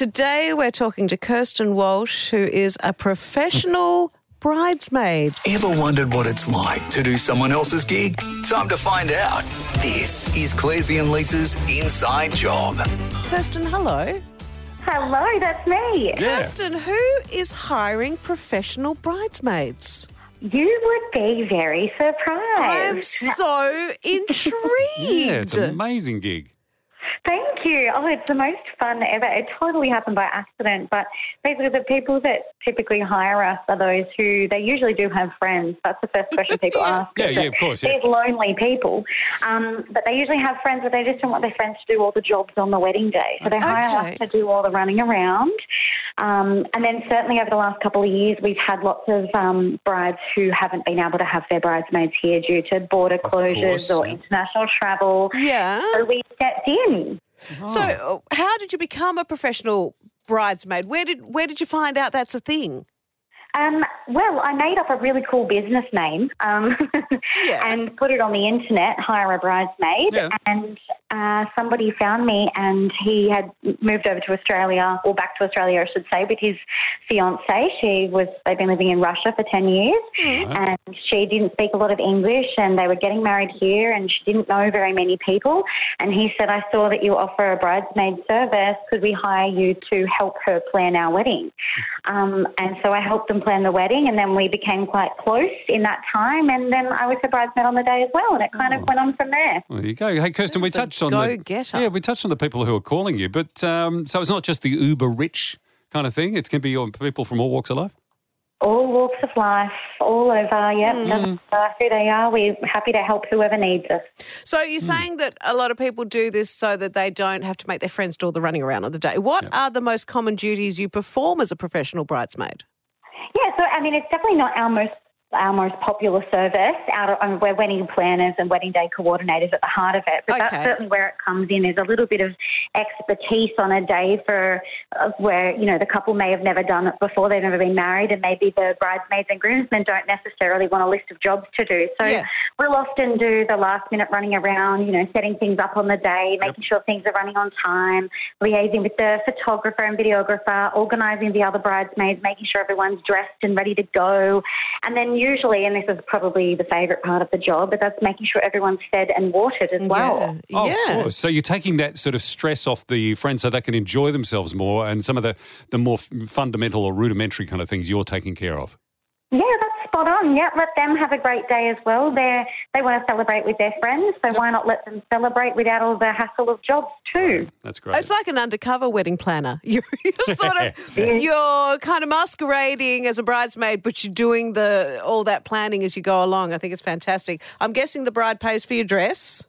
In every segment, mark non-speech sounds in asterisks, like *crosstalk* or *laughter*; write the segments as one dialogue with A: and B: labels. A: Today we're talking to Kirsten Walsh, who is a professional *laughs* bridesmaid.
B: Ever wondered what it's like to do someone else's gig? Time to find out. This is Clazy and Lisa's Inside Job.
A: Kirsten, hello.
C: Hello, that's me.
D: Yeah.
A: Kirsten, who is hiring professional bridesmaids?
C: You would be very
D: Oh,
C: surprised.
A: I am
D: *laughs*
A: so intrigued.
D: Yeah, it's an amazing gig.
C: Thank you. Oh, it's the most fun ever. It totally happened by accident, but basically, the people that typically hire us are those who they usually do have friends. That's the first question people ask.
D: *laughs* Yeah,
C: is
D: yeah,
C: that
D: of course, yeah.
C: They're lonely people, um, but they usually have friends, but they just don't want their friends to do all the jobs on the wedding day. So they hire
A: Okay.
C: us to do all the running around. Um, and then certainly over the last couple of years, we've had lots of um, brides who haven't been able to have their bridesmaids here due to border closures
D: course,
C: or
D: yeah.
C: international travel.
A: Yeah.
C: So we stepped in.
A: So, uh, how did you become a professional bridesmaid? Where did where did you find out that's a thing?
C: Um, well, I made up a really cool business name um, *laughs*
A: Yeah.
C: and put it on the internet, Hire a Bridesmaid.
D: Yeah.
C: And uh, somebody found me and he had moved over to Australia, or back to Australia, I should say, with his fiancee. She was, they've been living in Russia for 10 years and she didn't speak a lot of English and they were getting married here and she didn't know very many people. And he said, I saw that you offer a bridesmaid service. Could we hire you to help her plan our wedding? Um, and so I helped them plan the wedding, and then we became quite close in that time. And then I was the bridesmaid on the day as well, and it kind of went on from there.
D: Well, there you go. Hey, Kirsten, we
A: That's a
D: touched on the
A: go-getter.
D: yeah, we touched on the people who are calling you, but um, so it's not just the uber rich kind of thing. It can be on people from all walks of life.
C: All walks of life, all over. Yep, doesn't matter who they are. We're happy to help whoever needs us.
A: So you're
D: Hmm.
A: saying that a lot of people do this so that they don't have to make their friends do all the running around of the day. What are the most common duties you perform as a professional bridesmaid?
C: Yeah, so I mean, it's definitely not our most our most popular service. Our, I mean, we're wedding planners and wedding day coordinators at the heart of it, but
A: Okay.
C: that's certainly where it comes in. Is a little bit of expertise on a day for uh, where you know the couple may have never done it before, they've never been married, and maybe the bridesmaids and groomsmen don't necessarily want a list of jobs to do. So
A: Yeah.
C: we'll often do the last minute running around, you know, setting things up on the day, making sure things are running on time, liaising with the photographer and videographer, organising the other bridesmaids, making sure everyone's dressed and ready to go. And then usually, and this is probably the favourite part of the job, but that's making sure everyone's fed and watered as well.
A: yeah.
D: Oh,
A: yeah.
D: of course. So you're taking that sort of stress off the friends so they can enjoy themselves more, and some of the the more f- fundamental or rudimentary kind of things you're taking care of.
C: Yeah, that's spot on. Yeah, let them have a great day as well. They they want to celebrate with their friends, so why not let them celebrate without all the hassle of jobs too?
D: That's great.
A: It's like an undercover wedding planner. *laughs* You're, you're sort
D: *laughs*
A: of you're kind of masquerading as a bridesmaid, but you're doing the all that planning as you go along. I think it's fantastic. I'm guessing the bride pays for your dress.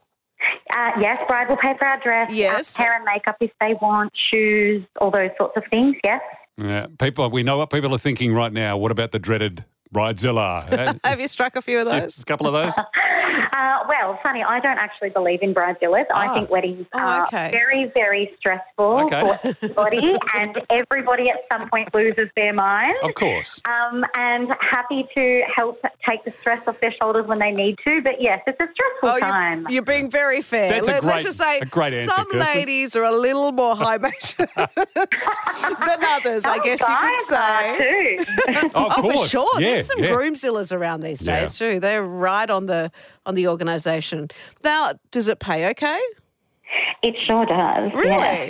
C: Uh, yes, bride will pay for our dress,
A: Yes.
C: our hair and makeup if they want, shoes, all those sorts of things. Yes.
D: yeah, people. We know what people are thinking right now. What about the dreaded
A: *laughs*
D: bridezilla? Eh,
A: Have you struck a few of those?
D: a couple of those.
C: Uh, well, funny, I don't actually believe in bridezillas.
D: Ah.
C: I think weddings
A: Oh,
C: are
A: okay.
C: very, very stressful
D: Okay.
C: for everybody, and everybody at some point loses their mind.
D: Of course.
C: Um, and happy to help take the stress off their shoulders when they need to. But yes, it's a stressful time.
A: Oh, you're, you're being very fair.
D: That's a
A: us
D: great-
A: just say
D: a great answer,
A: some
D: Kirsten.
A: ladies are a little more high *laughs* maintenance than others. I
C: Some
A: guess you could
C: Oh, guys
A: say.
C: are too.
A: *laughs*
D: Oh, of
A: Oh,
D: course.
A: for sure.
D: Yeah,
A: There's some
D: yeah.
A: groomzillas around these
D: Yeah.
A: days too. They're right on the on the organisation. Now, does it pay okay?
C: it sure does.
A: Really?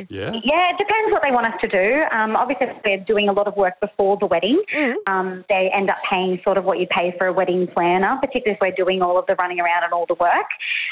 C: yeah.
D: Yeah.
C: Yeah, it depends what they want us to do. Um, obviously, if they're doing a lot of work before the wedding. Um, they end up paying sort of what you pay for a wedding planner, particularly if we're doing all of the running around and all the work.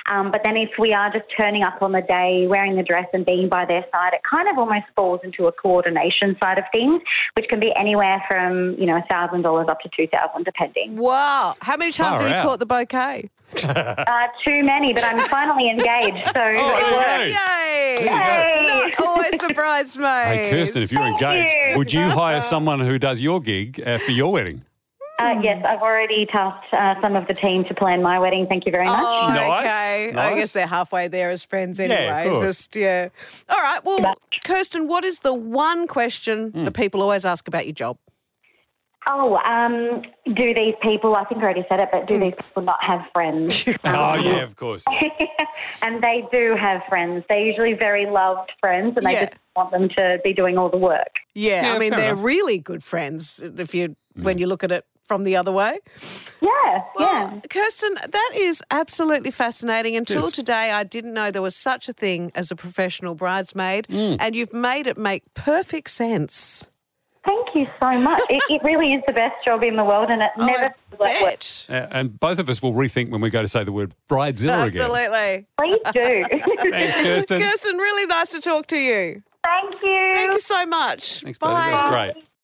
C: Um, but then if we are just turning up on the day, wearing the dress and being by their side, it kind of almost falls into a coordination side of things, which can be anywhere from you know thousand dollars up to two thousand,
D: *laughs*
C: depending.
A: Wow. How many times
D: Far
A: have you
D: out.
A: caught the bouquet?
C: Uh, too many, but I'm finally engaged, so it
D: Oh,
C: works.
D: Hey.
A: Yay!
C: Yay.
A: Not always the bridesmaid.
D: Hey, Kirsten, if you're
C: Thank
D: engaged,
C: you.
D: would you hire someone who does your gig uh, for your wedding?
C: Uh, yes, I've already tasked uh, some of the team to plan my wedding. Thank you very much.
A: Oh, *laughs*
D: Nice,
A: okay. I
D: nice.
A: guess they're halfway there as friends
D: of
A: anyway.
D: course.
A: Just yeah. All right.
D: Hmm.
A: Well, Kirsten, what is the one question that people always ask about your job?
C: Oh, um, do these people, I think I already said it,
A: Hmm.
C: but do these people not have friends?
D: *laughs*
A: *laughs*
D: Oh, yeah, of course.
C: *laughs* and they do have friends. They're usually very loved friends and they
A: Yeah.
C: just want them to be doing all the work.
A: Yeah,
D: Yeah,
A: I mean
D: fair
A: they're
D: enough. Hmm.
A: really good friends if you when you look at it from the other way.
C: Yeah, yeah.
A: Well, Kirsten, that is absolutely fascinating. Until
D: Yes.
A: today, I didn't know there was such a thing as a professional bridesmaid,
D: Mm.
A: and you've made it make perfect sense.
C: Thank you so much. it, it really is the best job in the
A: *laughs*
C: world and it never feels
A: Oh, I
C: like work.
A: bet.
D: A- And both of us will rethink when we go to say the word bridezilla again.
A: Absolutely.
C: Please
A: *laughs*
C: do.
D: Thanks, *laughs* Kirsten.
A: Kirsten, really nice to talk to you.
C: *laughs* Thank you.
A: Thank you so much.
D: Thanks, buddy. That was great.